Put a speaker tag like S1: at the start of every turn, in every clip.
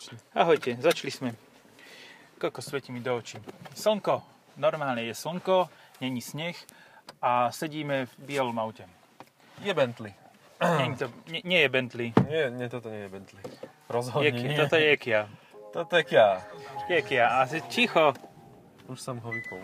S1: Ahojte. Ahojte, začali sme. Koko svieti mi do očí. Slnko, normálne je slnko, není sneh a sedíme v bielom aute.
S2: Je Bentley.
S1: Není to, nie, nie je Bentley.
S2: Nie, nie, toto nie je Bentley.
S1: Je,
S2: Rozhodne nie.
S1: toto je Kia.
S2: Toto je Kia.
S1: Je Kia a si ticho.
S2: Už som ho vypol.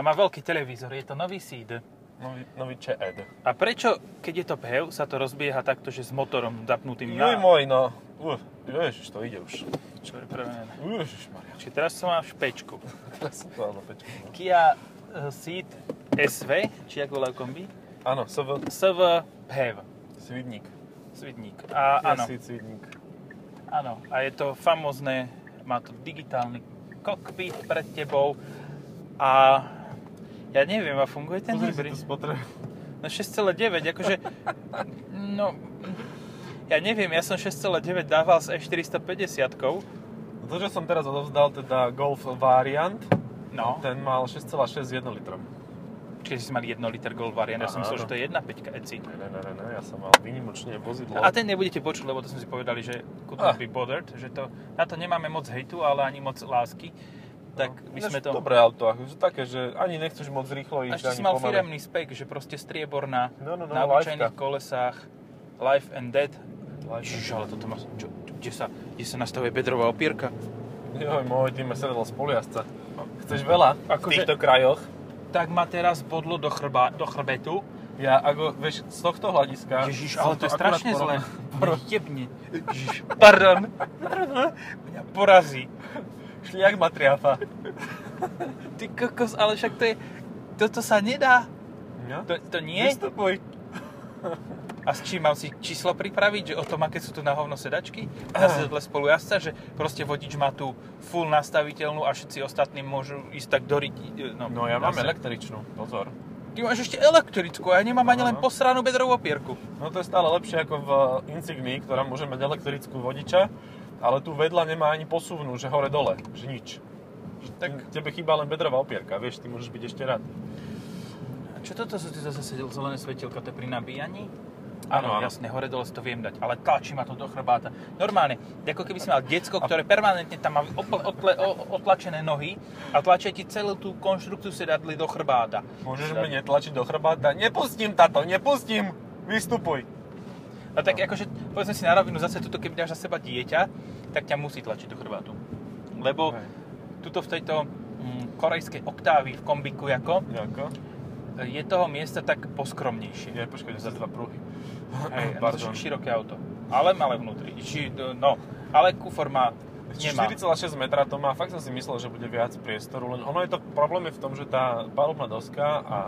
S1: A má veľký televízor, je to nový seed.
S2: Nový, nový E ČED.
S1: A prečo, keď je to PHEV, sa to rozbieha takto, že s motorom zapnutým na...
S2: Juj môj, no. Uf, ježiš, to ide už.
S1: Čo je prvé?
S2: Ježiš, Maria.
S1: Čiže teraz som mám špečku.
S2: Teraz som to áno, pečku. no.
S1: Kia eh, Ceed SV, či ako volajú kombi,
S2: Áno, SV.
S1: SV PHEV,
S2: Svidník.
S1: Svidník. A áno,
S2: Asi Svidník.
S1: áno, a je to famozné, má to digitálny kokpit pred tebou a ja neviem, a funguje ten
S2: Pozri si
S1: hybrid?
S2: tu spotrebu.
S1: No 6,9, akože, no, ja neviem, ja som 6,9 dával s E E450,
S2: No To, čo som teraz odovzdal, teda Golf Variant,
S1: no,
S2: ten mal 6,6 1 litrom.
S1: čiže si mal 1 liter Gold Variant, ja som
S2: Aha,
S1: myslel,
S2: áno.
S1: že to je 1,5 ECI.
S2: Ne, ne, ne, ne, ja som mal výnimočne vozidlo.
S1: A ten nebudete počuť, lebo to sme si povedali, že could not
S2: Ah.
S1: be bothered, že to, na to nemáme moc hejtu, ale ani moc lásky. Tak
S2: No.
S1: my
S2: Ináč
S1: sme to...
S2: Dobré auto, akože také, že ani nechceš moc rýchlo
S1: A
S2: ísť,
S1: ešte si
S2: ani
S1: mal
S2: pomaly.
S1: firemný spek, že proste strieborná,
S2: No, no, no,
S1: na obyčajných
S2: lajfka. kolesách.
S1: kolesách, life and dead. Čiže, ale
S2: Lajfka.
S1: toto má... Čo, čo- kde, sa, kde sa nastavuje bedrová opierka?
S2: Joj môj, ty ma sedelo z poliasca. Chceš veľa
S1: Akože-
S2: v týchto krajoch?
S1: Tak ma teraz bodlo do, chrba, do chrbetu.
S2: Ja, ako, vieš, z tohto hľadiska...
S1: Ježiš,
S2: som
S1: ale to je
S2: akurát
S1: strašne zlé.
S2: porovnal-
S1: Mňa Jebne. Ježiš, pardon. Mňa porazí.
S2: Šliak ma triafa.
S1: Ty kokos, ale však to je... Toto sa nedá.
S2: No?
S1: To, to nie?
S2: Vystupuj.
S1: A s čím mám si číslo pripraviť, že o tom, aké sú tu na hovno sedačky? Na sedadle spolujazca, že proste vodič má tu full nastaviteľnú a všetci ostatní môžu ísť tak do ryti. No,
S2: No ja mám
S1: zase.
S2: električnú, pozor.
S1: Ty máš ešte elektrickú a ja nemám ani
S2: Áno.
S1: len posranú bedrovú opierku.
S2: No to je stále lepšie ako v Insignii, ktorá môže mať elektrickú vodiča, ale tu vedľa nemá ani posuvnú, že hore-dole, že nič. Tak tebe chýba len bedrová opierka, vieš, ty môžeš byť ešte rád.
S1: A Čo toto sú ty zase sedel, zelené svetielka, to je pri nabíjaní?
S2: Áno,
S1: Áno,
S2: áno.
S1: jasne, hore dole si to viem dať, ale tlačí ma to do chrbáta. Normálne, ako keby si mal decko, ktoré permanentne tam má opl- otle- o- otlačené nohy a tlačia ti celú tú konštrukciu sedadly do chrbáta.
S2: Môžeš
S1: Sedadly.
S2: mi netlačiť do chrbáta. Nepustím, tato, nepustím! Vystupuj!
S1: No tak akože, povedzme si na rovinu, zase tuto, keby dáš za seba dieťa, tak ťa musí tlačiť do chrbátu. Lebo
S2: Hej.
S1: tuto v tejto mm, korejskej oktávy v kombiku ako,
S2: Jako?
S1: e, je toho miesta tak poskromnejšie.
S2: Ja, počkaj, za dva pruhy.
S1: Hej, a to
S2: Pardon.
S1: je široké auto. Ale malé vnútri. Či, no, ale kufor má, nemá.
S2: 4,6 metra to má, fakt som si myslel, že bude viac priestoru, len ono je to, problém je v tom, že tá palubná doska a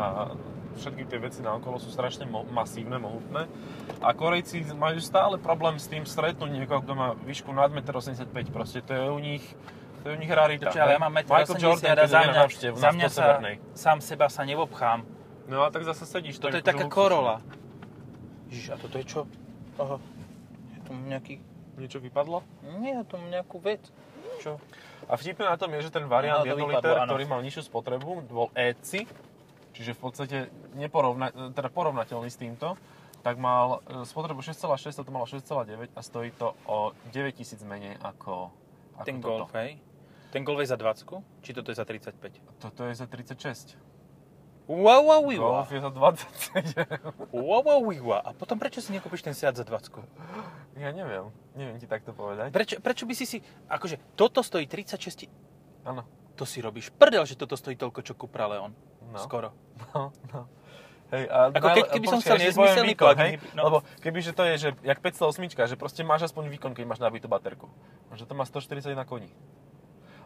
S2: všetky tie veci na okolo sú strašne mo- masívne, mohutné a Korejci majú stále problém s tým stretnúť niekoho, kto má výšku nad 1,85 m, proste to je u nich, to je u nich rarita.
S1: Čiže, ale ja mám 1,80
S2: Michael Jordan,
S1: a
S2: keď
S1: za
S2: je na
S1: mňa,
S2: návštev,
S1: za mňa sa,
S2: Severnej.
S1: sám seba sa neobchám.
S2: No a tak zase sedíš.
S1: Toto je
S2: akože
S1: taká
S2: luxus.
S1: korola. Ježiš, a toto je čo? Aha, je tu nejaký...
S2: Niečo vypadlo?
S1: Nie, je tu nejakú vec. Čo?
S2: A vtipné na tom je, že ten
S1: Áno,
S2: variant
S1: to
S2: 1
S1: vypadlo,
S2: liter,
S1: áno.
S2: ktorý mal nižšiu spotrebu, bol ECI, čiže v podstate neporovna, teda porovnateľný s týmto, tak mal e, spotrebu 6,6, toto malo 6,9 a stojí to o 9000 menej ako, ako
S1: Ten
S2: toto.
S1: Golf, hej? Ten Golf je za 20, či toto je za 35?
S2: Toto je za 36.
S1: Wow, wow, wow,
S2: Golf je za 27.
S1: wow, wow, wow. A potom prečo si nekúpiš ten Seat za 20?
S2: ja neviem, neviem ti takto povedať.
S1: Prečo, prečo by si si... Akože, toto stojí 36...
S2: Áno.
S1: To si robíš prdel, že toto stojí toľko, čo Cupra Leon.
S2: No.
S1: Skoro.
S2: No, no. Hej, a
S1: Ako keď- keby som
S2: počkaj,
S1: chcel
S2: ešte
S1: nezmyselný
S2: poviem
S1: plug,
S2: hej?
S1: no.
S2: Lebo kebyže to je, že jak 508, že proste máš aspoň výkon, keď máš nabitú baterku. Že to má 141 koní.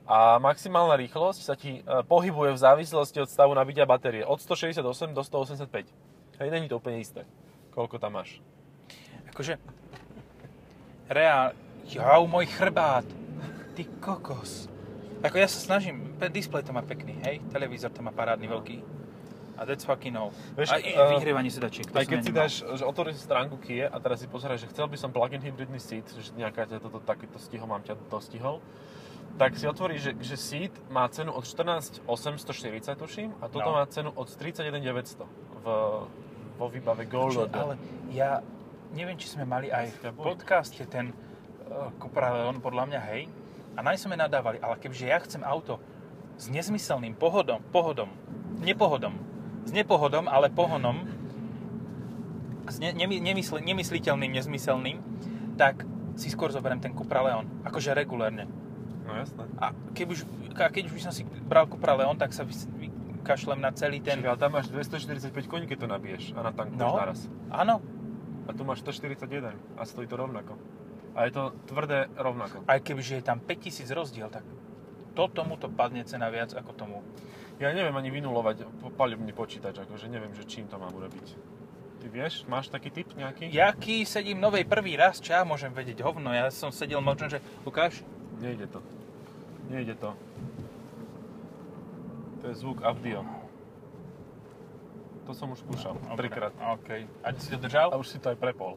S2: A maximálna rýchlosť sa ti e, pohybuje v závislosti od stavu nabitia batérie. Od 168 do 185. Hej, není to úplne isté, koľko tam máš.
S1: Akože... Reál... Jau, môj chrbát. Ty kokos. Ako ja sa snažím, pe- displej to má pekný, hej? Televízor to má parádny, veľký. A that's fucking all.
S2: No. Vieš,
S1: a i-
S2: eh,
S1: vyhrievanie sedačiek. to
S2: Aj
S1: som
S2: keď
S1: ja
S2: si
S1: nemal.
S2: dáš, že otvoríš si stránku Kia a teraz si pozeráš, že chcel by som plug-in hybridný seat, že nejaká ťa toto takéto stihol, mám ťa dostihol, tak si otvoríš, že, že seat má cenu od 14 840, tuším, a toto
S1: No.
S2: má cenu od 31 900 v, vo výbave Gold.
S1: Čo, ale ja neviem, či sme mali aj v
S2: Dneska boli.
S1: podcaste ten Cupra Leon, podľa mňa, hej. A na ne sme nadávali, ale keďže ja chcem auto s nezmyselným pohodom, pohodom, nepohodom, s nepohodom, ale pohonom, s ne, nemy, nemysl, nemysliteľným, nezmyselným, tak si skôr zoberiem ten Cupra Leon, akože regulérne.
S2: No jasné.
S1: A keď už, a keď už by som si bral Cupra Leon, tak sa vys- vykašlem na celý ten...
S2: Ten... Čiže, ale tam máš 245 koní, keď to nabiješ a natankuješ
S1: No.
S2: naraz.
S1: Áno,
S2: A tu máš 141 a stojí to rovnako. A je to tvrdé rovnako.
S1: aj kebyže je tam 5000 rozdiel, tak to tomuto padne cena viac ako tomu.
S2: Ja neviem ani vynulovať po- palivný počítač, akože neviem, že čím to mám urobiť. Ty vieš, máš taký typ nejaký?
S1: Jaký sedím novej prvý raz, čo ja môžem vedieť hovno, ja som sedel možno, že Lukáš,
S2: Nejde to. Nejde to. To je zvuk Avdio. To som už skúšal. Trikrát.
S1: OK. No, A ty si to držal?
S2: A už si to aj prepol.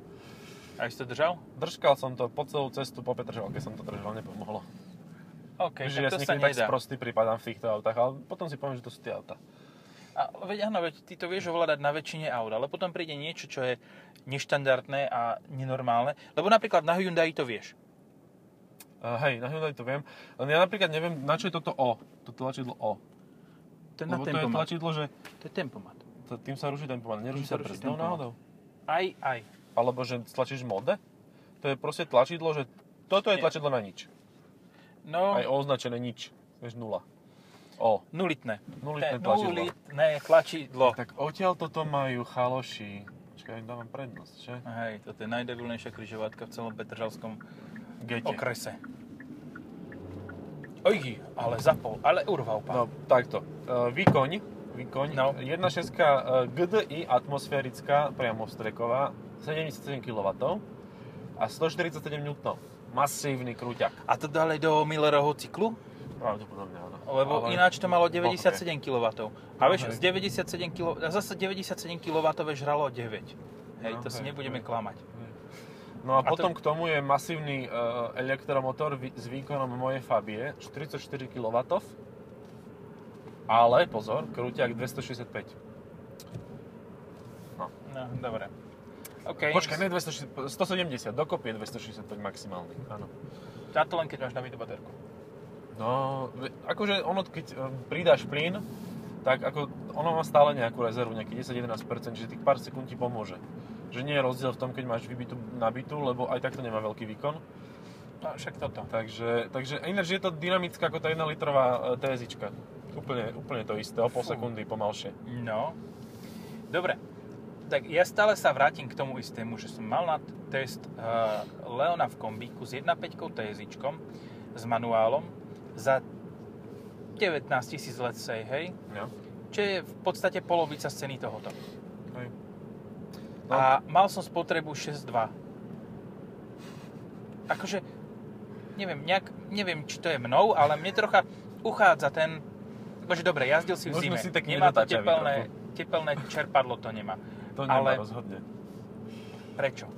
S1: A si to držal?
S2: Držkal som to po celú cestu po Petržalke, som to držal, nepomohlo.
S1: OK,
S2: Okay,
S1: tak
S2: že ja
S1: to
S2: si
S1: sa
S2: niekedy tak
S1: nedá.
S2: sprostý pripadám v týchto autách, ale potom si poviem, že to sú tie auta.
S1: A veď áno, veď ty to vieš ovládať na väčšine aut, ale potom príde niečo, čo je neštandardné a nenormálne. Lebo napríklad na Hyundai to vieš.
S2: Uh, hej, na Hyundai to viem. Len ja napríklad neviem, na čo je toto O. To tlačidlo O.
S1: To je na
S2: Lebo to je
S1: tempomat.
S2: tlačidlo, že
S1: To je tempomat.
S2: t- tým sa ruší tempomat. Neruší
S1: sa
S2: sa
S1: ruší
S2: brzdou
S1: tempomat.
S2: náhodou?
S1: Aj, aj.
S2: Alebo že stlačíš mode? To je proste tlačidlo, že toto je
S1: Nie.
S2: tlačidlo na nič.
S1: No,
S2: Aj označené nič. Vieš, nula. O.
S1: nulitné. To
S2: Nulitné
S1: je
S2: tlačidlo.
S1: Nulitné tlačidlo.
S2: Tak odtiaľ toto majú chaloši. Čakaj, im dávam prednosť, že?
S1: Hej, toto je najdebilnejšia križovatka v celom Petržalskom
S2: Gete.
S1: okrese. Oj, ale zapol, ale urval pán.
S2: No, takto. E, výkoň. Výkoň.
S1: No.
S2: 1.6 e, GDI atmosférická, priamo vstreková, 77 kW a 147 N. Masívny krúťak.
S1: A to dali do Millerovho cyklu?
S2: Pravdepodobne áno.
S1: Lebo
S2: Ale-
S1: ináč to malo 97
S2: Bohvie.
S1: kW. A vieš, z
S2: Hej.
S1: 97 kW, a zase 97 kW žralo 9. Hej,
S2: No,
S1: to si
S2: hej,
S1: nebudeme
S2: hej.
S1: klamať.
S2: No a,
S1: A to-
S2: potom k tomu je masívny e, elektromotor vy- s výkonom mojej Fabie, 44 kW, ale pozor, krúťak 265.
S1: No, dobre. OK.
S2: Počkaj, ne 260, 170, dokopy je 265 maximálny, áno.
S1: Táto len keď máš nabitú baterku.
S2: No, ve- akože ono, keď e, pridáš plyn, tak ako ono má stále nejakú rezervu, nejaký 10-11%, čiže tých pár sekúnd ti pomôže. Že nie je rozdiel v tom, keď máš vybitú nabitú, lebo aj tak to nemá veľký výkon.
S1: No, však toto.
S2: Takže, takže ináč je to dynamická ako tá 1 litrová e, TSIčka. Úplne, úplne to isté, o pol
S1: Fú.
S2: sekundy pomalšie.
S1: No. Dobre. Tak ja stále sa vrátim k tomu istému, že som mal na t- test uh, Leona v kombíku s 1.5 TSIčkom, s manuálom, za 19 tisíc let's say, hej?
S2: No.
S1: Čo je v podstate polovica z ceny tohoto.
S2: Hej. No.
S1: A mal som spotrebu 6,2. Akože, neviem, nejak, neviem, či to je mnou, ale mne trocha uchádza ten... Bože, dobre, jazdil si v
S2: Možno
S1: zime.
S2: si tak
S1: nemá to
S2: nedotáčavý
S1: tepelné, tepelné čerpadlo, to nemá.
S2: To nemá
S1: Ale-
S2: rozhodne.
S1: Prečo?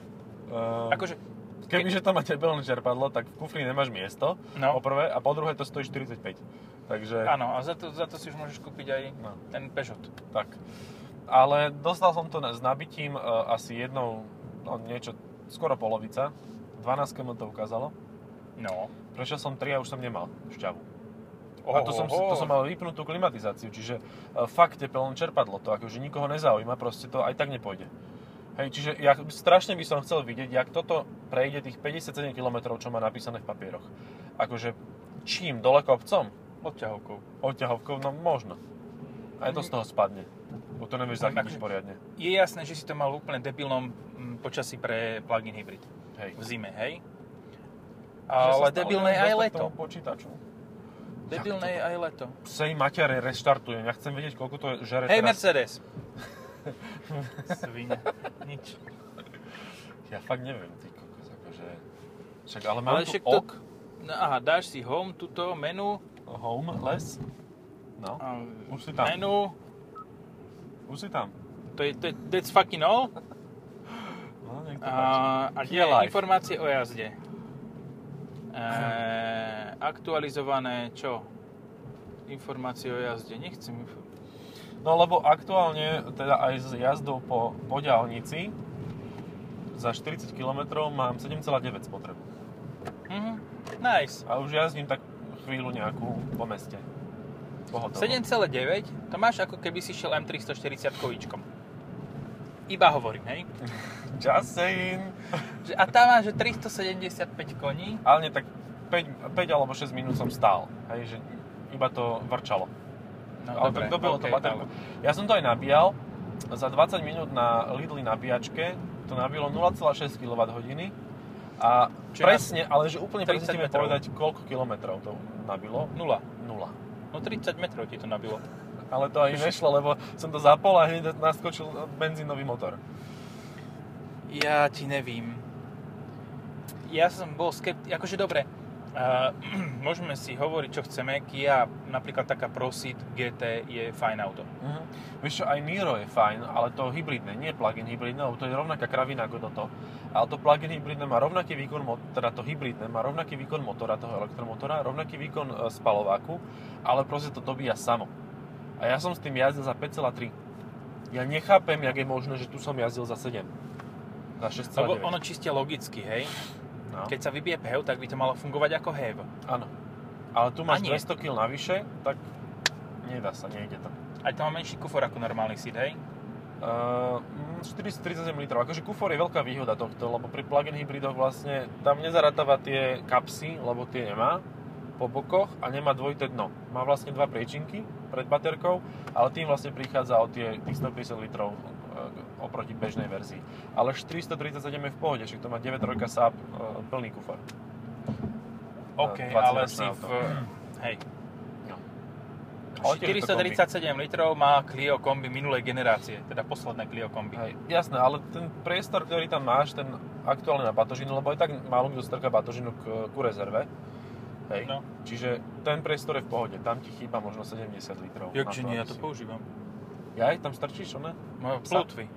S2: Uh,
S1: Akože,
S2: kebyže to má tepelné čerpadlo, tak v kufri nemáš miesto, po
S1: no,
S2: prvé, a po druhé to stojí 45. Takže...
S1: áno, a za to, za to si už môžeš kúpiť aj
S2: No.
S1: ten Peugeot.
S2: Tak. Ale dostal som to na- s nabitím e, asi jednou, no niečo, skoro polovica. 12 km to ukázalo.
S1: No.
S2: Prešiel som 3 a už som nemal šťavu. A to som, si- to som mal vypnutú klimatizáciu, čiže e, fakt tepelné čerpadlo to, akože nikoho nezaujíma, proste to aj tak nepôjde. Hej, čiže ja strašne by som chcel vidieť, jak toto prejde tých 57 km, čo má napísané v papieroch. Akože čím? Dole kopcom?
S1: Odťahovkou.
S2: Oťahovkou? No možno. Aj to z toho spadne. Bo to nevieš zachytiť
S1: Akože-
S2: poriadne.
S1: Je jasné, že si to mal v úplne debilnom mm, počasí pre plug-in hybrid.
S2: Hej.
S1: V zime, hej?
S2: Že sa
S1: Ale
S2: stále
S1: debilné je
S2: nedostal
S1: aj
S2: k
S1: leto.
S2: tomu počítaču.
S1: Debilné
S2: Jak
S1: je aj leto.
S2: Sej maťare, reštartujem. Ja chcem vedieť, koľko to je žere
S1: Hej,
S2: teraz.
S1: Mercedes. Svinia. Nič.
S2: Ja fakt neviem, ty kokos, akože... Však, ale mám
S1: Ale
S2: tu
S1: však to...
S2: ok,
S1: No, aha, dáš si home, tuto, menu.
S2: home, les. No,
S1: a-
S2: Už si tam.
S1: Menu.
S2: už si tam.
S1: To je, to je that's fucking all.
S2: No, nech to páči.
S1: A, a kde
S2: Key
S1: je
S2: life.
S1: informácie o jazde? E, aktualizované čo? Informácie o jazde. Nechcem info...
S2: No lebo aktuálne, teda aj s jazdou po, po diaľnici, za 40 km mám 7,9 spotrebu.
S1: Mhm. Nice.
S2: A už jazdím tak chvíľu nejakú po meste. Pohotovo.
S1: 7,9 to máš ako keby si šiel M340 kovíčkom. Iba hovorím, hej?
S2: Just saying.
S1: Že, a tá má, že 375 koní.
S2: Ale nie, tak 5, 5 alebo 6 minút som stál. Hej, že iba to vrčalo.
S1: No,
S2: ale tak dobilo to
S1: okej,
S2: baterku.
S1: ale-
S2: Ja som to aj nabíjal. Za 20 minút na Lidli nabíjačke to nabilo 0,6 kWh. A
S1: Čiže
S2: Čiže presne, ale že úplne
S1: 30
S2: presne ti viem
S1: metrov.
S2: povedať, koľko kilometrov to nabilo.
S1: Nula.
S2: Nula.
S1: No 30 metrov ti to nabilo.
S2: Ale to aj nešlo, lebo som to zapol a hneď naskočil benzínový motor.
S1: Ja ti nevím. Ja som bol skeptický, akože dobre, uh, môžeme si hovoriť, čo chceme. Kia, napríklad taká Prosit GT je fajn auto.
S2: Mhm. Vieš čo, aj Niro je fajn, ale to hybridné, nie plug-in hybridné, lebo to je rovnaká kravina ako toto. Ale to plug-in hybridné má rovnaký výkon, mo- teda to hybridné má rovnaký výkon motora, toho elektromotora, rovnaký výkon e, spalováku, ale proste to dobíja samo. A ja som s tým jazdil za 5,3. Ja nechápem, jak je možné, že tu som jazdil za 7. Za
S1: Lebo
S2: 6,9.
S1: ono čiste logicky, hej?
S2: No.
S1: Keď sa vybije PHEV, tak by to malo fungovať ako E HEV.
S2: Áno. Ale tu
S1: A
S2: máš
S1: nie.
S2: 200 kg navyše, tak nedá sa, nejde to.
S1: Aj to má menší kufor ako normálny seat, hej?
S2: Uh, 437 litrov. Akože kufor je veľká výhoda tohto, lebo pri plug-in hybridoch vlastne tam nezaratáva tie kapsy, lebo tie nemá po bokoch a nemá dvojité dno. Má vlastne dva priečinky pred baterkou, ale tým vlastne prichádza o tie tých 150 litrov eh, oproti bežnej verzii. Ale 437 je v pohode, však to má 9 trojka Saab eh, plný kufor.
S1: OK,
S2: 20
S1: ale
S2: ročné
S1: si
S2: auto.
S1: v... Hej.
S2: No. Ale tiež je to kombi.
S1: 437 litrov má Clio kombi minulej generácie, teda posledné Clio kombi.
S2: Hej, jasné, ale ten priestor, ktorý tam máš, ten aktuálne na batožinu, lebo aj tak málo kto strká batožinu k, ku rezerve. Hej.
S1: No.
S2: Čiže ten priestor je v pohode, tam ti chýba možno 70 litrov.
S1: Jakže
S2: Na
S1: nie, ja
S2: aby
S1: to
S2: si-
S1: používam.
S2: Ja aj tam strčíš, ne?
S1: Moje
S2: Psa.
S1: plutvy.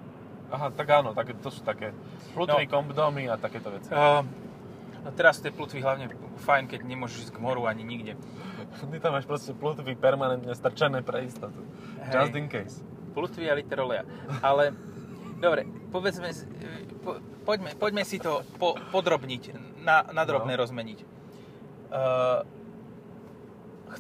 S2: Aha, tak áno, tak to sú také plutvy, no. kombdomy a takéto veci.
S1: Uh, no teraz tie plutvy hlavne fajn, keď nemôžeš ísť k moru ani nikde.
S2: Ty tam máš proste plutvy permanentne strčené pre istotu. Just in case.
S1: Plutvy a liter oleja. Ale, dobre, povedzme, si- po, poďme, poďme si to po, podrobniť, na, na drobné
S2: No.
S1: rozmeniť. Uh,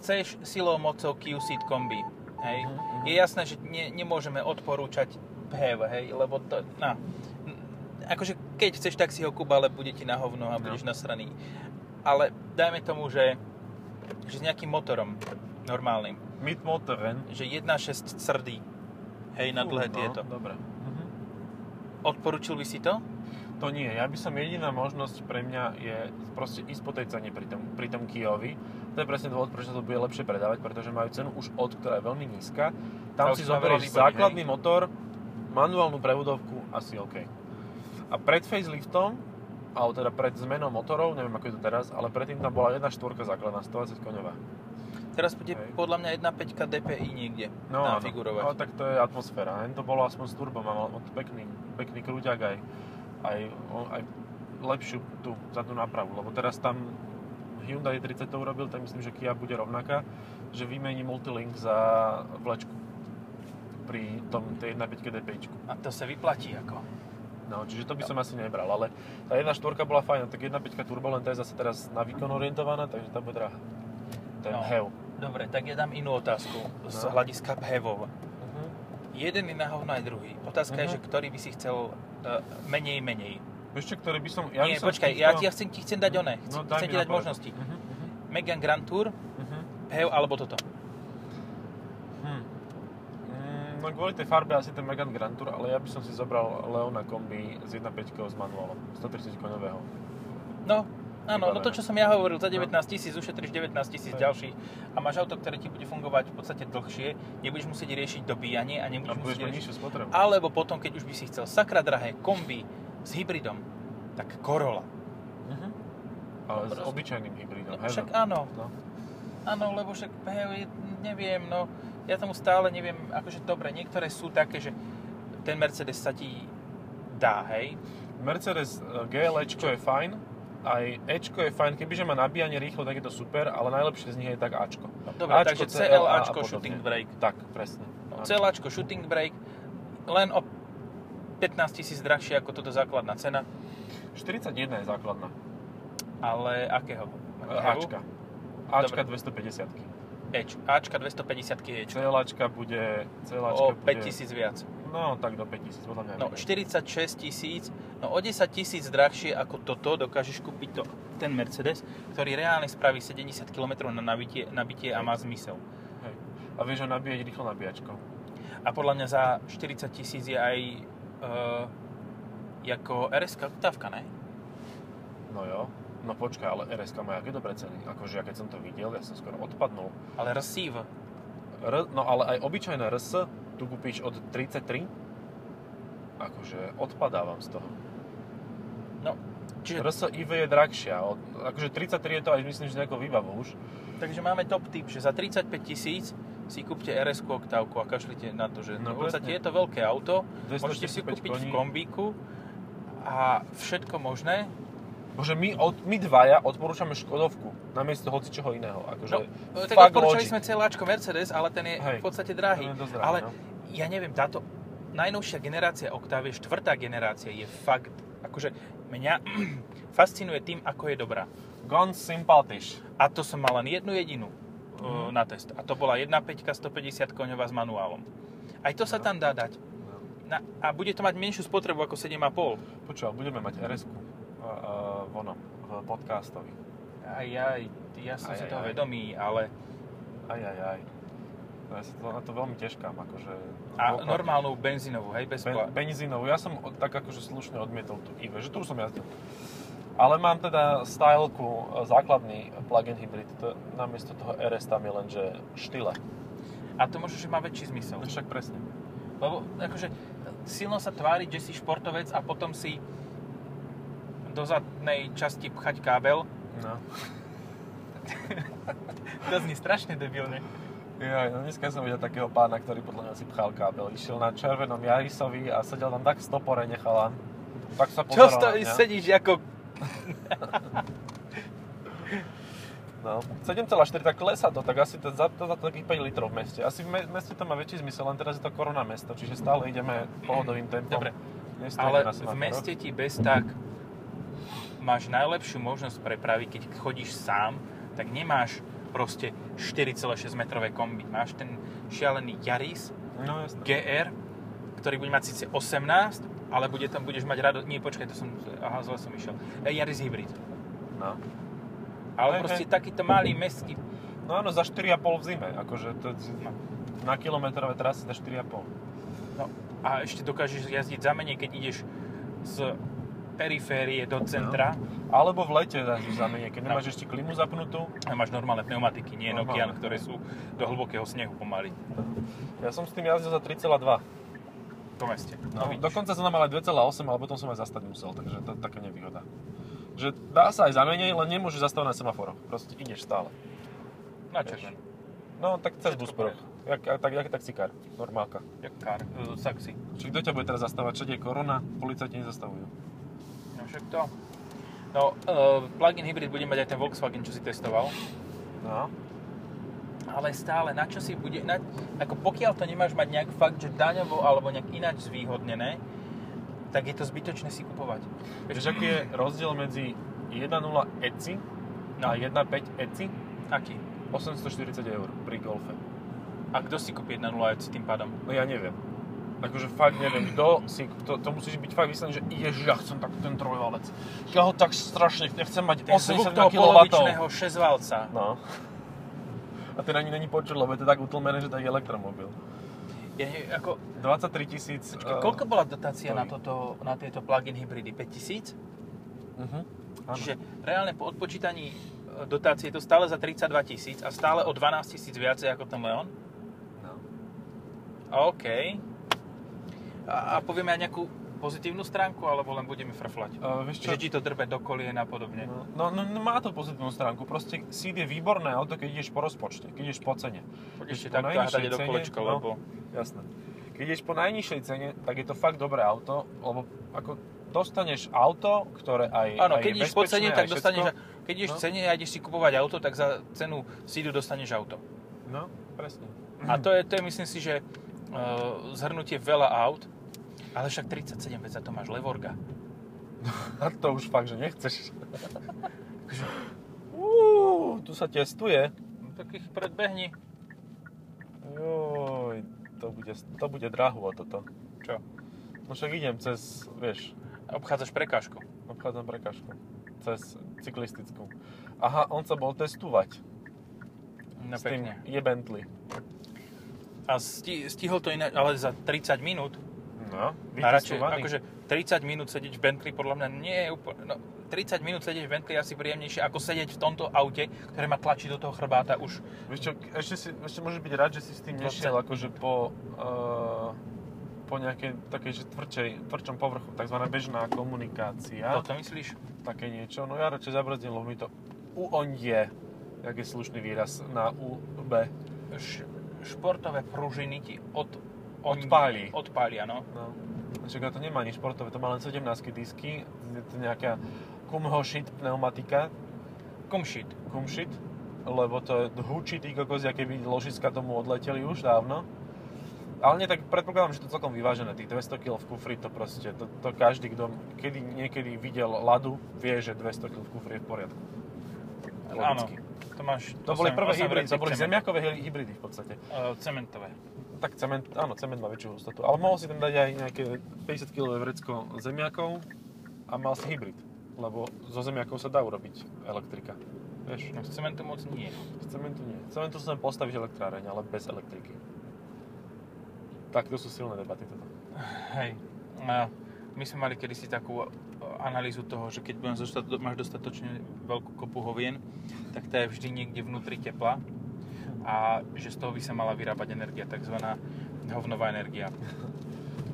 S1: chceš silou mocou QC kombi, hej?
S2: Mhm, mhm.
S1: Je jasné, že ne, nemôžeme odporúčať PHEV, hej, lebo to, na, n- akože keď chceš, tak si ho kúba, ale bude ti na hovno a
S2: No.
S1: budeš nasraný. Ale dajme tomu, že, že s nejakým motorom normálnym,
S2: Mid motoren.
S1: že 1.6 srdí, hej, na dlhé
S2: Fú, no,
S1: tieto.
S2: Dobre. Mhm.
S1: Odporučil by si to?
S2: To nie, ja by som jediná možnosť pre mňa je proste ísť po tej cene pri tom, pri tom Kijovi. To je presne dôvod, prečo sa to bude lepšie predávať, pretože majú cenu už od, ktorá je veľmi nízka. Tam
S1: Ale
S2: si
S1: už má veľa
S2: zoberieš
S1: výbaví,
S2: základný motor, manuálnu prevodovku, asi OK. A pred faceliftom, alebo teda pred zmenou motorov, neviem ako je to teraz, ale predtým tam bola 1.4 základná, 120 koňová.
S1: Teraz bude
S2: Hej.
S1: podľa mňa 1.5 DPI niekde
S2: No, áno.
S1: nafigurovať.
S2: Ale tak to je atmosféra. Len to bolo aspoň s turbom, mal od pekný, pekný krúťak aj, aj, o- aj lepšiu tú zadnú nápravu, lebo teraz tam Hyundai 30 to urobil, tak myslím, že Kia bude rovnaká, že vymení Multilink za vlečku pri tom tej 1.5 DPIčku.
S1: A to sa vyplatí ako.
S2: No, čiže to by som asi nebral, ale tá 1.4 bola fajná, tak 1.5 turbo, len tá je zase teraz na výkon orientovaná, takže tá bude drahá. Ten
S1: No.
S2: no. hev.
S1: Dobre, tak ja dám inú otázku z
S2: No.
S1: hľadiska PHEVov. Mhm. Jeden je na hovno aj druhý. Otázka je,
S2: Mhm.
S1: že ktorý by si chcel eh, menej, menej.
S2: Vieš čo, ktorý by som... Ja by
S1: Nie,
S2: som
S1: počkaj,
S2: týchto-
S1: ja, ti- ja chcem, ti chcem dať one. Chcem,
S2: No, daj
S1: chcem
S2: mi
S1: ti dať
S2: napovedať.
S1: možnosti.
S2: Mhm, mhm.
S1: Megane Grand Tour,
S2: Mhm.
S1: PHEV alebo toto.
S2: Hm. Mm, No kvôli tej farbe asi ten Megane Grand Tour, ale ja by som si zobral Leona kombi s 1.5 s manuálom, 130 koňového.
S1: No, áno, no to,
S2: Vybavené.
S1: čo som ja hovoril, za
S2: No.
S1: 19 tisíc ušetríš 19 tisíc
S2: Hej.
S1: ďalších a máš auto, ktoré ti bude fungovať v podstate dlhšie, nebudeš musieť riešiť dobíjanie a
S2: A
S1: nebudeš
S2: budeš
S1: musieť
S2: mať
S1: riešiť
S2: nižšiu spotrebu.
S1: Alebo potom, keď už by si chcel sakra drahé kombi s hybridom, tak Corolla.
S2: Mhm. Ale s
S1: Proste.
S2: obyčajným hybridom,
S1: No,
S2: hej,
S1: však
S2: no.
S1: áno,
S2: No.
S1: áno, lebo však PHEV je, neviem, no, ja tomu stále neviem, akože dobre, niektoré sú také, že ten Mercedes sa ti dá, hej,
S2: Mercedes e, GL je fajn, aj Ečko je fajn, kebyže má nabíjanie rýchlo, tak je to super, ale najlepšie z nich je tak Ačko.
S1: no, dobre,
S2: Ačko,
S1: takže
S2: CLA
S1: CLAčko
S2: a podobne.
S1: shooting brake,
S2: Tak, presne. Áno.
S1: CLAčko No, shooting brake, len o 15 tisíc drahšie ako toto základná cena,
S2: 41 je základná.
S1: ale akého?
S2: e, Ačka. Ačka 250.
S1: Eč, Ačka 250 je Ečko.
S2: Celáčka bude...
S1: O
S2: Celáčka bude...
S1: 5000 viac.
S2: No, tak do 5000, podľa mňa.
S1: No,
S2: vyjde.
S1: 46 tisíc, no o 10 tisíc drahšie ako toto dokážeš kúpiť to, ten Mercedes, ktorý reálne spraví 70 km na nabitie, nabitie a má zmysel.
S2: Hej. A vieš ho nabíjať rýchlo nabíjačkou.
S1: A podľa mňa za 40 tisíc je aj uh, ako RS oktávka, ne?
S2: No jo. No počkaj, ale RSK má aké dobré ceny. Akože ja keď som to videl, ja som skoro odpadnul.
S1: Ale Receive.
S2: R, no ale aj obyčajné RS tu kúpiš od 33. Akože odpadávam z toho.
S1: No, čiže,
S2: RS IV je drahšia. Od, akože 33 je to aj myslím, že nejakou výbavou už.
S1: takže máme top tip, že za 35 tisíc si kúpte RS oktávku a kašlite na to, že no,
S2: No,
S1: v podstate
S2: presne.
S1: je to veľké auto, môžete si
S2: 245
S1: kúpiť v
S2: koní.
S1: kombíku a všetko možné,
S2: Bože, my, od, my dvaja odporúčame Škodovku namiesto hocičoho iného. Akože,
S1: No, tak
S2: fuck
S1: odporúčali
S2: logic.
S1: sme celáčko Mercedes, ale ten je
S2: Hej,
S1: v podstate drahý.
S2: ten je dosť drahý,
S1: ale
S2: no.
S1: ja neviem, táto najnovšia generácia Octavie, štvrtá generácia, je fakt, akože mňa fascinuje tým, ako je dobrá.
S2: Gone sympatish.
S1: A to som mal len jednu jedinú mm.
S2: Mhm.
S1: na test. A to bola 1.5 150 koňová s manuálom. Aj to sa
S2: No.
S1: tam dá dať. Na, a bude to mať menšiu spotrebu ako 7,5.
S2: Počúva, budeme mať RS-ku uh, vonom, v podcastovi.
S1: Aj ja, ja som
S2: Aj,
S1: si
S2: aj,
S1: toho
S2: aj.
S1: vedomý, ale...
S2: Aj, aj, aj. No, ja sa to, na to veľmi teškám, akože...
S1: A
S2: dôkladne.
S1: normálnu benzínovú, hej, bez
S2: Ben,
S1: pla-
S2: benzínovú. Ja som od- tak akože slušne odmietol tú IV, že tu som jazdil. Ale mám teda styleku, e, základný plug-in hybrid, to, namiesto toho RS tam je len, že štyle.
S1: A to možno, že má väčší zmysel.
S2: No však presne.
S1: Lebo akože silno sa tváriť, že si športovec a potom si do zadnej časti pchať kábel.
S2: No.
S1: To znie strašne debilne.
S2: Ja, no dneska som videl takého pána, ktorý podľa mňa si pchal kábel. Išiel na červenom Jarisovi a sedel tam tak v stopore, nechala. Tak sa
S1: Čo
S2: pozeral na
S1: stojí,
S2: mňa.
S1: sedíš ako...
S2: No, 7,4, tak klesá to, tak asi to za, to, za to takých 5 litrov v meste. Asi v me- meste to má väčší zmysel, len teraz je to korona mesto, čiže stále ideme pohodovým tempom.
S1: Dobre,
S2: Nestojíme
S1: ale
S2: na
S1: v
S2: semaforoch.
S1: meste ti bez tak máš najlepšiu možnosť prepravy, keď chodíš sám, tak nemáš proste 4,6 metrové kombi. Máš ten šialený Yaris
S2: No jasné.
S1: GR, ktorý bude mať síce 18, ale bude tam, budeš mať rado... Nie, počkaj, to som... Aha, zle som išiel. E, Yaris Hybrid.
S2: No.
S1: Ale
S2: Hej,
S1: proste
S2: hej.
S1: takýto malý mestský...
S2: no áno, za 4,5 v zime, akože to,
S1: No.
S2: na kilometrové trase za 4,5.
S1: No, a ešte dokážeš jazdiť za menej, keď ideš z periférie
S2: No.
S1: do centra
S2: Alebo v lete zažíš za menej, keď nemáš ešte klimu zapnutú.
S1: a máš normálne pneumatiky, nie Nokian,
S2: Normálne.
S1: ktoré sú do hlbokého snehu pomaly
S2: Ja som s tým jazdil za 3,2.
S1: po meste. No,
S2: No,
S1: vidíš.
S2: dokonca som tam mal aj 2,8, ale potom som aj zastať musel, takže to je taká nevýhoda. Že dá sa aj za menej, len nemôžeš zastavať na semaforoch. Proste ideš stále.
S1: na červenú.
S2: No, tak cez
S1: Všetko
S2: Busporoch. Jak, tak, jak taxikár, normálka.
S1: Jak kar, e, saxi.
S2: Čiže kto ťa bude teraz zastavať? Všade je korona, policajti nezastavujú.
S1: No však to. No, e, plug-in hybrid bude mať aj ten Volkswagen, čo si testoval,
S2: No.
S1: ale stále, na čo si bude, na, ako pokiaľ to nemáš mať nejak fakt, že daňovo alebo nejak ináč zvýhodnené, tak je to zbytočné si kupovať.
S2: Vieš, aký je rozdiel medzi 1.0 ECI
S1: No,
S2: a 1.5 ECI?
S1: aký?
S2: 840 eur pri Golfe.
S1: A kto si kúpi 1.0 EC tým pádom?
S2: No ja neviem. Akože fakt neviem, kto si, to, to musíš byť fakt vyslený, že ježiš, ja chcem tak ten trojvalec. Ja ho tak strašne, ja chcem mať
S1: Ten
S2: 80
S1: zvuk
S2: na
S1: toho
S2: kilovatov.
S1: polovičného šesťvalca.
S2: No. A ten ani není počuť, lebo je to tak utlmené, že to je elektromobil.
S1: Ja neviem, ako,
S2: 23 tisíc.
S1: počkaj, koľko bola dotácia
S2: stojí.
S1: na, toto, na tieto plug-in hybridy? 5000?
S2: Uh-huh.
S1: Čiže reálne po odpočítaní e, dotácie je to stále za 32 tisíc a stále o 12 tisíc viacej ako ten Leon.
S2: No.
S1: OK. A, a povieme aj nejakú pozitívnu stránku, alebo len budeme frflať?
S2: Uh, vieš čo?
S1: Že ti to drbe do kolien a podobne.
S2: No, no, no, má to pozitívnu stránku. Proste Seed je výborné auto, keď ideš po rozpočte, keď ideš po cene.
S1: Poď ešte
S2: po
S1: takto a
S2: najnižšej
S1: dať do
S2: cene,
S1: kolečka,
S2: no.
S1: lebo...
S2: Jasné. Keď ideš po najnižšej cene, tak je to fakt dobré auto, lebo ako dostaneš auto, ktoré aj
S1: Áno,
S2: aj
S1: keď
S2: je
S1: ideš po cene,
S2: bezpečné,
S1: tak
S2: aj
S1: dostaneš...
S2: všetko.
S1: Keď ideš v
S2: No.
S1: cene a ideš si kupovať auto, tak za cenu sídu dostaneš auto.
S2: No, presne.
S1: A to je, to je myslím si, že e, zhrnutie veľa aut, ale však 37, veď za to máš Levorga.
S2: A to už fakt, že nechceš.
S1: Uú,
S2: tu sa testuje.
S1: Tak ich predbehni.
S2: Joj, to bude, to bude drahú a toto.
S1: Čo?
S2: No však idem cez, vieš,
S1: Obchádzaš prekážku.
S2: obchádzam prekažku. Cez cyklistickú. Aha, on sa bol testovať.
S1: No
S2: s tým
S1: pekne.
S2: je Bentley.
S1: A sti, stihol to iné, ale za 30 minút.
S2: No,
S1: A radšej,
S2: vytestovaný.
S1: akože 30 minút sedieť v Bentley podľa mňa nie je úplne... No, 30 minút sedieť v Bentley je asi príjemnejšie ako sedieť v tomto aute, ktoré ma tlačí do toho chrbáta už.
S2: Vieš čo, ešte, si, ešte môžeš byť rád, že si s tým nešiel akože po, uh, po nejakej takej že tvrdšej, tvrdšom povrchu, tzv. bežná komunikácia,
S1: Toto myslíš?
S2: také niečo. No ja radšej zabrzdím, lebo mi to uondie, jak je slušný výraz na UB.
S1: Š, športové pružiny ti od, oni-
S2: Odpáli.
S1: Odpália, no.
S2: No. Čaká, to nemá nič športové, to má len 17 disky, je to nejaká kumhošit pneumatika,
S1: Kumšit.
S2: kumšit, lebo to je hučí tý kokos, aké by ložiska tomu odleteli už dávno. Ale nie, tak predpokladám, že to je celkom vyvážené, tých 200 kg v kufri, to proste, to, to každý, kto kedy niekedy videl ladu, vie, že 200 kg v kufri je v poriadku. Logicky.
S1: To máš...
S2: To, boli
S1: sem-
S2: prvé
S1: sem
S2: hybridy,
S1: vreciek
S2: to boli
S1: cementu.
S2: zemiakové hy- hybridy v podstate.
S1: Eh, cementové.
S2: Tak cement, áno, cement má väčšiu hustotu, ale mohol si tam dať aj nejaké 50 kg vrecko zemiakov a mal si hybrid, lebo zo zemiakov sa dá urobiť elektrika. Vieš?
S1: No, z cementu moc nie.
S2: Z cementu nie. Z cementu sa tam postaviť elektráreň, ale bez elektriky. Tak to sú silné debaty teda. toto.
S1: Hej. A my sme mali kedysi takú e, analýzu toho, že keď budem zostať, máš dostatočne veľkú kopu hovien, tak tá je vždy niekde vnútri tepla a že z toho by sa mala vyrábať energia, tzv. hovnová energia,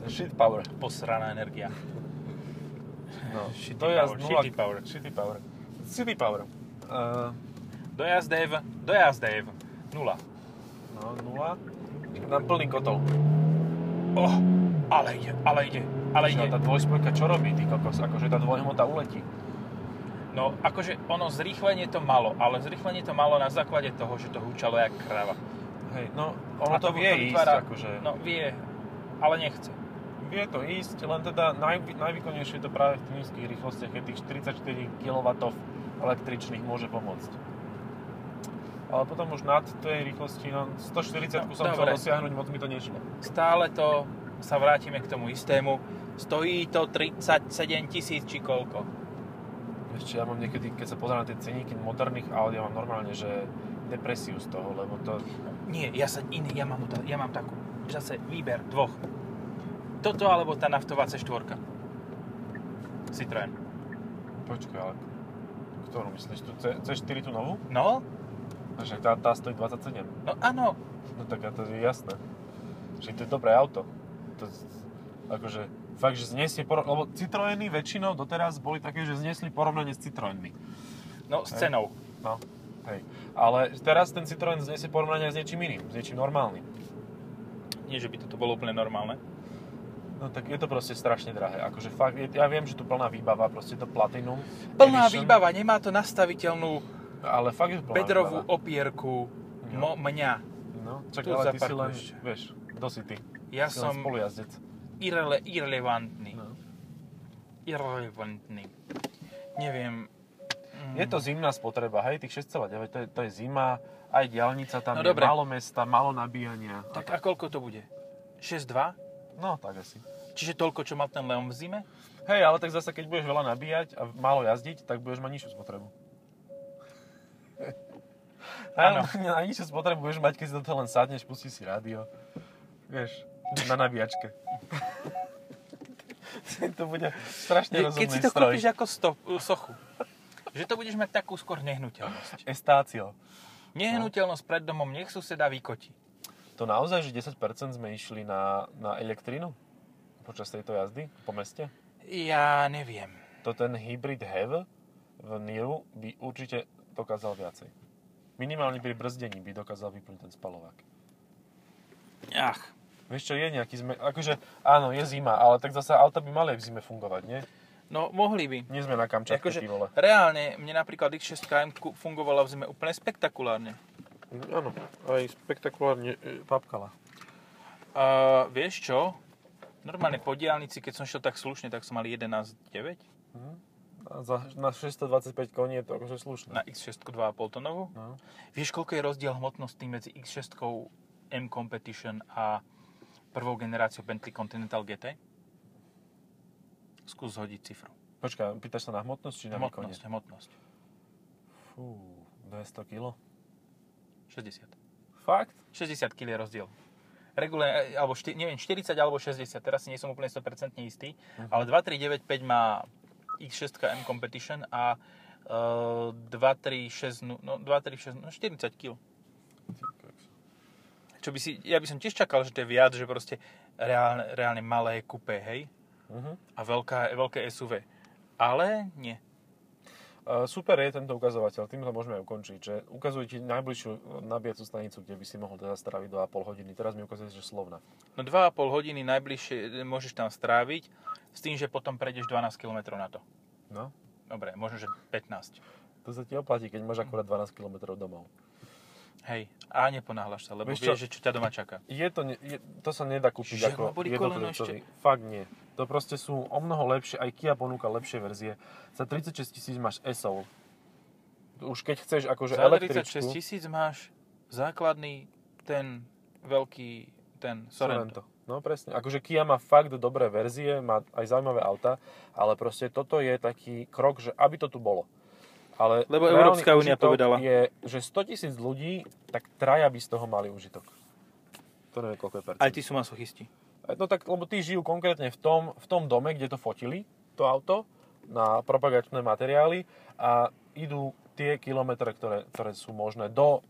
S2: Shit power.
S1: posraná energia.
S2: No,
S1: Shitty
S2: dojazd
S1: power,
S2: nula-
S1: shitty power.
S2: Shitty power. Shitty power. Uh,
S1: Dojazd Dave, dojazd Dave, nula.
S2: no, nula. Na plný kotol.
S1: Oh, ale ide, ale ide, ale
S2: Že
S1: ide.
S2: Tá dvojspojka čo robí, ty kokos? Akože tá dvojhmota uletí.
S1: No, akože ono zrýchlenie to malo, ale zrýchlenie to malo na základe toho, že to hučalo jak krava.
S2: Hej, no,
S1: A
S2: ono to, vie ísť,
S1: vytvára-
S2: akože.
S1: No, vie, ale nechce.
S2: Vie to ísť, len teda naj, najvýkonnejšie je to práve v tých nízkych rýchlostiach, keď tých 44 kW električných môže pomôcť. Ale potom už nad tej rýchlosti, no 140
S1: No,
S2: som chcel
S1: dobre.
S2: dosiahnuť, moc mi to nešlo.
S1: stále to sa vrátime k tomu istému. Stojí to 37 tisíc či koľko.
S2: Ešte ja mám niekedy, keď sa pozerám na tie ceníky moderných aut, ja mám normálne, že depresiu z toho, lebo to...
S1: Nie, ja sa iný, ja mám, tá- ja mám takú, zase výber dvoch. Toto alebo tá naftová C4. Citroen.
S2: Počkaj, ale ktorú myslíš? Tu C, C4 tú novú?
S1: No,
S2: A Však tá, tá stojí 27.
S1: no áno,
S2: No tak a to je jasné. Že to je dobré auto. To, akože fakt, že znesie por- lebo Citroeny väčšinou doteraz boli také, že znesli porovnanie s Citroenmi.
S1: no s cenou.
S2: No, hej. Ale teraz ten Citroen znesie porovnanie aj s niečím iným, s niečím normálnym.
S1: Nie, že by toto bolo úplne normálne.
S2: No tak je to proste strašne drahé. Akože fakt, je- ja viem, že tu plná výbava, proste to Platinum.
S1: Plná
S2: Edition,
S1: výbava, nemá to nastaviteľnú
S2: Ale fakt je tu plná
S1: bedrovú
S2: výbava.
S1: opierku, mo, mňa.
S2: No, čak,
S1: Tu
S2: ale ty si len,
S1: zaparkuješ.
S2: vieš, kto si ty?
S1: Ja
S2: si len
S1: som
S2: spolujazdec.
S1: irrele, irrelevantný.
S2: No.
S1: Irrelevantný. Neviem. Mm.
S2: Je to zimná spotreba, hej, tých 6,9, to je, to je zima, aj diálnica tam
S1: No
S2: je,
S1: dobre.
S2: málo mesta, málo nabíjania.
S1: Tak a koľko to bude? 6,2?
S2: No, tak asi.
S1: Čiže toľko, čo mal ten Leon v zime?
S2: Hej, ale tak zase, keď budeš veľa nabíjať a málo jazdiť, tak budeš mať nižšiu spotrebu.
S1: Áno.
S2: Áno. Na nižšiu spotrebu budeš mať, keď si do toho len sadneš, pustíš si rádio. Vieš, na nabíjačke. to bude strašne rozumný
S1: Keď si to
S2: stroj.
S1: kúpiš ako sto, e, sochu. Že to budeš mať takú skôr nehnuteľnosť.
S2: Estácio.
S1: Nehnuteľnosť pred domom, nech suseda vykoti.
S2: To naozaj, že 10% sme išli na, na elektrínu počas tejto jazdy po meste?
S1: Ja neviem.
S2: to ten hybrid HEV v Niru by určite dokázal viacej. Minimálne pri brzdení by dokázal vyplniť ten spalovák.
S1: Ach.
S2: Vieš čo, je nejaký zme... Akože, áno, je zima, ale tak zase auta by mali aj v zime fungovať, nie?
S1: No, mohli by.
S2: Nie sme na Kamčatke,
S1: Akože,
S2: ty vole.
S1: reálne, mne napríklad X6 KM ku- fungovala v zime úplne spektakulárne.
S2: Áno, aj spektakulárne e, papkala.
S1: A vieš
S2: Mhm.
S1: čo? Normálne po diálnici, keď som šiel tak slušne, tak som mal 11,9.
S2: A za, na 625 koní je to akože slušné.
S1: na X6 2,5 tonovú.
S2: No.
S1: Vieš, koľko je rozdiel hmotnosti medzi X6 M Competition a prvou generáciou Bentley Continental GT? Skús hodiť cifru.
S2: Počkaj, pýtaš sa na hmotnosť či na výkone?
S1: Hmotnosť, hmotnosť.
S2: Fú, 200 kg.
S1: 60.
S2: Fakt?
S1: 60 kg je rozdiel. Regulé, e, alebo šty, neviem, 40 alebo 60, teraz si nie som úplne 100% istý,
S2: Mhm.
S1: ale 2395 má X6 M Competition a uh, 236, no 236, no 40 kg. Čo by si, ja by som tiež čakal, že to je viac, že proste reálne, reálne malé kupé, hej?
S2: Mhm.
S1: A veľká, veľké SUV. Ale nie.
S2: Uh, Super je tento ukazovateľ, tým to môžeme aj ukončiť, že ukazuje ti najbližšiu nabíjacú stanicu, kde by si mohol teda stráviť 2,5 hodiny. Teraz mi ukazuje, že Slovna.
S1: No 2,5 hodiny najbližšie môžeš tam stráviť, s tým, že potom prejdeš 12 km na to.
S2: No,
S1: Dobre, možno, že 15.
S2: to sa ti oplatí, keď máš akurát 12 km domov.
S1: Hej, a neponáhľaš sa, lebo
S2: Vieš
S1: vieš,
S2: čo?
S1: že čo ťa doma čaká.
S2: Je to, ne, je, to sa nedá kúpiť
S1: Že ma
S2: ako
S1: boli koleno
S2: jednotlivcovi. Fakt nie. To proste sú o mnoho lepšie, aj Kia ponúka lepšie verzie. Za 36 tisíc máš SOL. Už keď chceš akože
S1: Za
S2: električku...
S1: 36 tisíc máš základný ten veľký ten Sorento.
S2: Sorento. No presne. Akože Kia má fakt dobré verzie, má aj zaujímavé auta, ale proste toto je taký krok, že aby to tu bolo. Ale
S1: Lebo
S2: reálny
S1: Európska únia
S2: užitok
S1: povedala.
S2: Je, že 100 tisíc ľudí, tak traja by z toho mali užitok. To neviem, koľko je percent.
S1: Aj tí sú masochisti.
S2: No tak, lebo tí žijú konkrétne v tom, v tom dome, kde to fotili, to auto, na propagačné materiály a idú tie kilometre, ktoré, ktoré sú možné do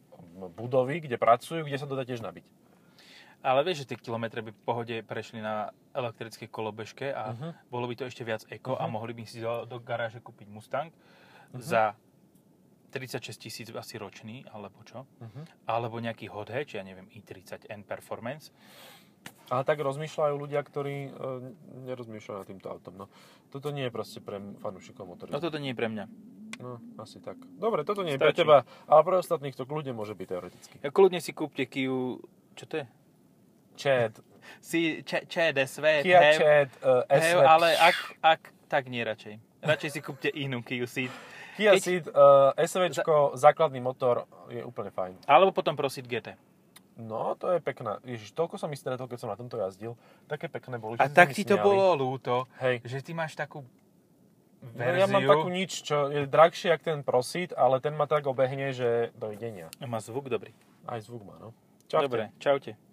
S2: budovy, kde pracujú, kde sa to dá tiež nabiť.
S1: Ale vieš, že tie kilometre by v pohode prešli na elektrické kolobežke a
S2: Mhm.
S1: bolo by to ešte viac eko a mohli by si do, do garáže kúpiť Mustang za 36 tisíc asi ročný, alebo čo?
S2: Mhm.
S1: Alebo nejaký hot hatch, ja neviem, i30N Performance.
S2: Ale tak rozmýšľajú ľudia, ktorí e, nerozmýšľajú nad týmto autom. No, toto nie je proste pre fanúšikov
S1: No
S2: motorizmu.
S1: toto nie je pre mňa.
S2: No, asi tak. Dobre, toto nie je pre
S1: Stačí.
S2: teba, ale pre ostatných to kľudne môže byť teoreticky.
S1: Ja kľudne si kúpte Kiu... Čo to je?
S2: Chat,
S1: Si... Č, ČDSV.
S2: Kia
S1: PV,
S2: Chat, uh,
S1: PV,
S2: SV,
S1: ale ak, ak... Tak nie radšej. Radšej si kúpte inú Kiu Ceed.
S2: Kia
S1: keď-
S2: Ceed, uh, SVčko, základný motor je úplne fajn.
S1: Alebo potom prosiť GT.
S2: No, to je pekná. Ježiš, toľko som mi stretol, keď som na tomto jazdil. Také pekné boli.
S1: A
S2: že sa
S1: tak
S2: mi
S1: ti to
S2: smiali.
S1: bolo ľúto,
S2: Hej.
S1: že ty máš takú
S2: No, ja
S1: verziu.
S2: mám takú nič, čo je drahšie, jak ten Prosit, ale ten ma tak obehne, že dojdenia.
S1: Má zvuk dobrý.
S2: Aj zvuk má, no.
S1: Čaute. Dobre, čaute.